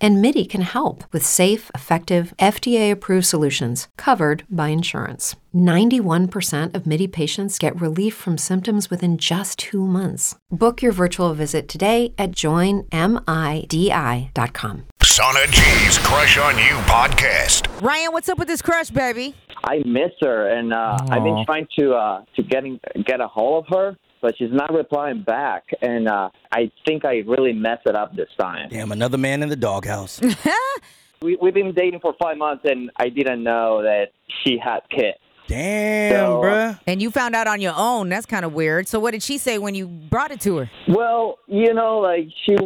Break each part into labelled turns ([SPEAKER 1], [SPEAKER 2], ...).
[SPEAKER 1] and MIDI can help with safe, effective, FDA approved solutions covered by insurance. 91% of MIDI patients get relief from symptoms within just two months. Book your virtual visit today at joinmidi.com.
[SPEAKER 2] Sauna G's Crush on You podcast.
[SPEAKER 3] Ryan, what's up with this crush, baby?
[SPEAKER 4] I miss her, and uh, I've been trying to uh, to getting get a hold of her, but she's not replying back. And uh, I think I really messed it up this time.
[SPEAKER 5] Damn, another man in the doghouse.
[SPEAKER 4] We, we've been dating for five months, and I didn't know that she had kids.
[SPEAKER 5] Damn,
[SPEAKER 4] So-
[SPEAKER 5] bruh.
[SPEAKER 3] And you found out on your own. That's kind of weird. So what did she say when you brought it to her?
[SPEAKER 4] Well, you know, like she,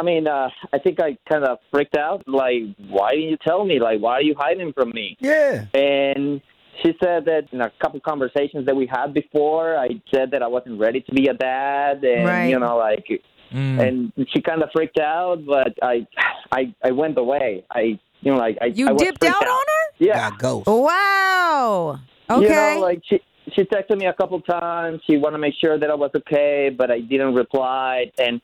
[SPEAKER 4] I mean, uh, I think I kind of freaked out. Like, why didn't you tell me? Like, why are you hiding from me?
[SPEAKER 5] Yeah.
[SPEAKER 4] And she said that in a couple conversations that we had before, I said that I wasn't ready to be a dad, and
[SPEAKER 3] Right.
[SPEAKER 4] you know, like, and she kind of freaked out. But I, I, I went away. I, you know, like I,
[SPEAKER 3] You
[SPEAKER 4] I was
[SPEAKER 3] dipped
[SPEAKER 4] freaked
[SPEAKER 3] out on her?
[SPEAKER 4] Yeah.
[SPEAKER 5] Got ghost.
[SPEAKER 3] Wow. Okay.
[SPEAKER 4] You know, like she. She texted me a couple times. She wanted to make sure that I was okay, but I didn't reply. And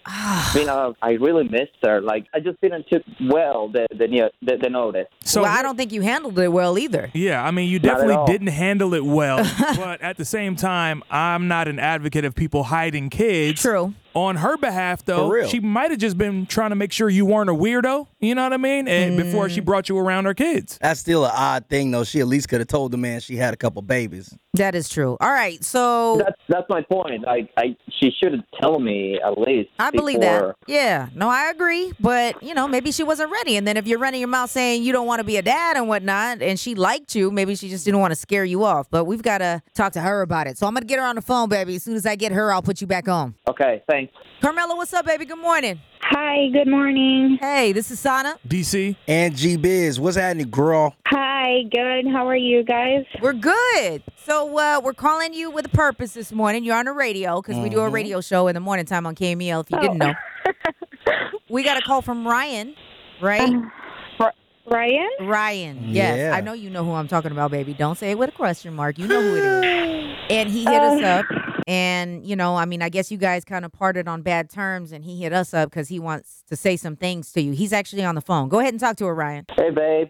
[SPEAKER 4] you know, I really missed her. Like I just didn't took well the the, new- the, the notice.
[SPEAKER 6] So
[SPEAKER 3] well, I don't think you handled it well either.
[SPEAKER 6] Yeah, I mean, you
[SPEAKER 4] at
[SPEAKER 6] definitely
[SPEAKER 4] all.
[SPEAKER 6] didn't handle it well, but at the same time, I'm not an advocate of people hiding kids.
[SPEAKER 3] True.
[SPEAKER 6] On her behalf,
[SPEAKER 5] For
[SPEAKER 6] though,
[SPEAKER 5] real.
[SPEAKER 6] she might have just been trying to make sure you weren't a weirdo. You know what I mean? And
[SPEAKER 3] Mm.
[SPEAKER 6] before she brought you around her kids.
[SPEAKER 5] That's still an odd thing, though. She at least could have told the man she had a couple babies.
[SPEAKER 3] That is true. All right. So
[SPEAKER 4] That's that's my point. Like I, she should tell me at least.
[SPEAKER 3] I believe
[SPEAKER 4] before-
[SPEAKER 3] that. Yeah. No, I agree. But, you know, maybe she wasn't ready. And then if you're running your mouth saying you don't want to be a dad and whatnot, and she liked you, maybe she just didn't want to scare you off. But we've got to talk to her about it. So I'm going to get her on the phone, baby. As soon as I get her, I'll put you back on.
[SPEAKER 4] Okay, thanks.
[SPEAKER 3] Carmela, what's up, baby? Good morning.
[SPEAKER 7] Hi, good morning.
[SPEAKER 3] Hey, this is Sana.
[SPEAKER 6] DC,
[SPEAKER 5] And G Biz, what's happening, girl?
[SPEAKER 7] Hi, good. How are you guys?
[SPEAKER 3] We're good. So uh, we're calling you with a purpose this morning. You're on the radio because we do
[SPEAKER 7] Mm-hmm.
[SPEAKER 3] a radio show in the morning time on KMEL. If you didn't know,
[SPEAKER 7] Oh.
[SPEAKER 3] we got a call from Ryan, right?
[SPEAKER 7] Uh-huh. Ryan?
[SPEAKER 3] Ryan. Yes,
[SPEAKER 5] Yeah.
[SPEAKER 3] I know you know who I'm talking about, baby. Don't say it with a question mark. You know who it is. And he hit us up.
[SPEAKER 7] Uh.
[SPEAKER 3] And, you know, I mean, I guess you guys kind of parted on bad terms, and he hit us up because he wants to say some things to you. He's actually on the phone. Go ahead and talk to her, Ryan.
[SPEAKER 4] Hey, babe,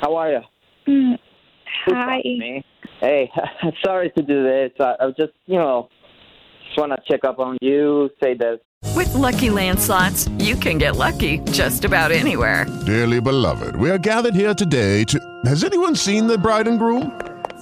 [SPEAKER 4] how are you?
[SPEAKER 7] Mm, Hi.
[SPEAKER 4] Me. Hey, sorry to do this. I, I was just, you know, just want to check up on you. Say that
[SPEAKER 8] With Lucky Land slots, you can get lucky just about anywhere.
[SPEAKER 2] Dearly beloved, we are gathered here today to. Has anyone seen the bride and groom?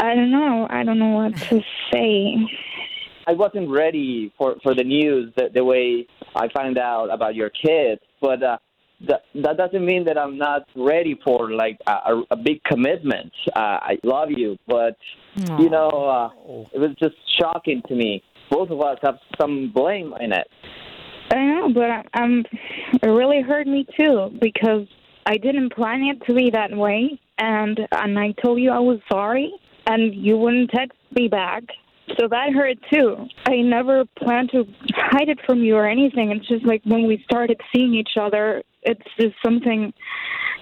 [SPEAKER 7] I don't know. I don't know what to say.
[SPEAKER 4] I wasn't ready for, for the news the, the way I found out about your kids, but uh, that that doesn't mean that I'm not ready for like a, a, a big commitment. Uh, I love you, but you know uh, it was just shocking to me. Both of us have some blame in it.
[SPEAKER 7] I know, but I, I'm. It really hurt me too because I didn't plan it to be that way, and and I told you I was sorry, and you wouldn't text me back. So that hurt too. I never planned to hide it from you or anything. It's just like when we started seeing each other, it's just something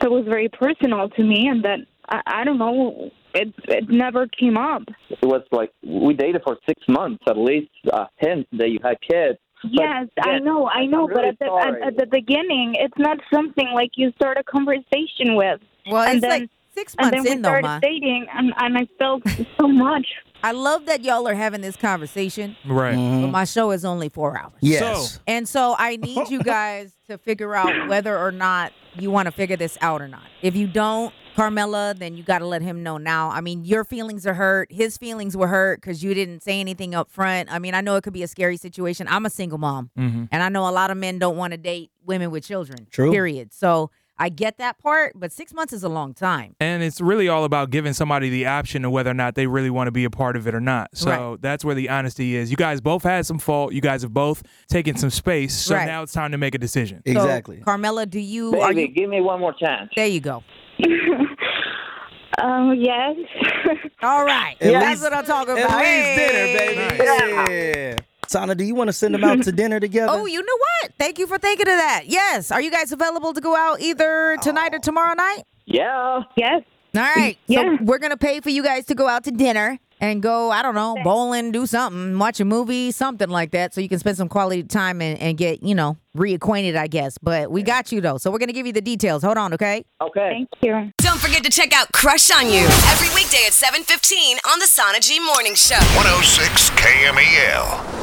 [SPEAKER 7] that was very personal to me, and that I, I don't know. It it never came up.
[SPEAKER 4] It was like we dated for six months at least. Uh, hint that you had kids. But
[SPEAKER 7] Yes, I
[SPEAKER 4] again,
[SPEAKER 7] know, I know,
[SPEAKER 4] I'm
[SPEAKER 7] but
[SPEAKER 4] really
[SPEAKER 7] at the
[SPEAKER 4] sorry.
[SPEAKER 7] at, at the beginning, it's not something like you start a conversation with,
[SPEAKER 3] Well,
[SPEAKER 7] And
[SPEAKER 3] it's
[SPEAKER 7] then-
[SPEAKER 3] like six
[SPEAKER 7] and
[SPEAKER 3] months
[SPEAKER 7] then we
[SPEAKER 3] in, though,
[SPEAKER 7] started
[SPEAKER 3] Ma.
[SPEAKER 7] dating, and and I felt so much.
[SPEAKER 3] I love that y'all are having this conversation,
[SPEAKER 6] right?
[SPEAKER 3] but my show is only four hours.
[SPEAKER 5] Yes.
[SPEAKER 6] So-
[SPEAKER 3] And so I need you guys to figure out whether or not you want to figure this out or not. If you don't, Carmela, then you got to let him know now. I mean, your feelings are hurt. His feelings were hurt because you didn't say anything up front. I mean, I know it could be a scary situation. I'm a single mom, and I know a lot of men don't want to date women with children.
[SPEAKER 5] True.
[SPEAKER 3] Period. So I get that part, but six months is a long time.
[SPEAKER 6] And it's really all about giving somebody the option of whether or not they really want to be a part of it or not. So
[SPEAKER 3] Right.
[SPEAKER 6] that's where the honesty is. You guys both had some fault. You guys have both taken some space. So
[SPEAKER 3] Right.
[SPEAKER 6] now it's time to make a decision.
[SPEAKER 3] So, Carmela, do you are
[SPEAKER 4] Baby,
[SPEAKER 3] you
[SPEAKER 4] give me one more chance.
[SPEAKER 3] There you go.
[SPEAKER 7] Um, yes.
[SPEAKER 3] All right.
[SPEAKER 5] At
[SPEAKER 3] That's
[SPEAKER 5] least-
[SPEAKER 3] what I'm talking
[SPEAKER 5] At
[SPEAKER 3] about.
[SPEAKER 5] least dinner, baby. Yeah. Sana, do you want to send them out to dinner together?
[SPEAKER 3] Oh, you know what? Thank you for thinking of that. Yes. Are you guys available to go out either tonight or tomorrow night?
[SPEAKER 4] Yeah.
[SPEAKER 7] Yes.
[SPEAKER 3] All right.
[SPEAKER 7] Yeah.
[SPEAKER 3] So we're gonna pay for you guys to go out to dinner and go, I don't know, bowling, do something, watch a movie, something like that, so you can spend some quality time and, and get, you know, reacquainted, I guess. But we got you though. So we're gonna give you the details. Hold on, okay?
[SPEAKER 4] Okay.
[SPEAKER 7] Thank you.
[SPEAKER 9] Don't forget to check out Crush on You
[SPEAKER 2] oh
[SPEAKER 9] every weekday at 7:15 on the Sana G Morning Show.
[SPEAKER 2] E
[SPEAKER 10] 106 KMEL.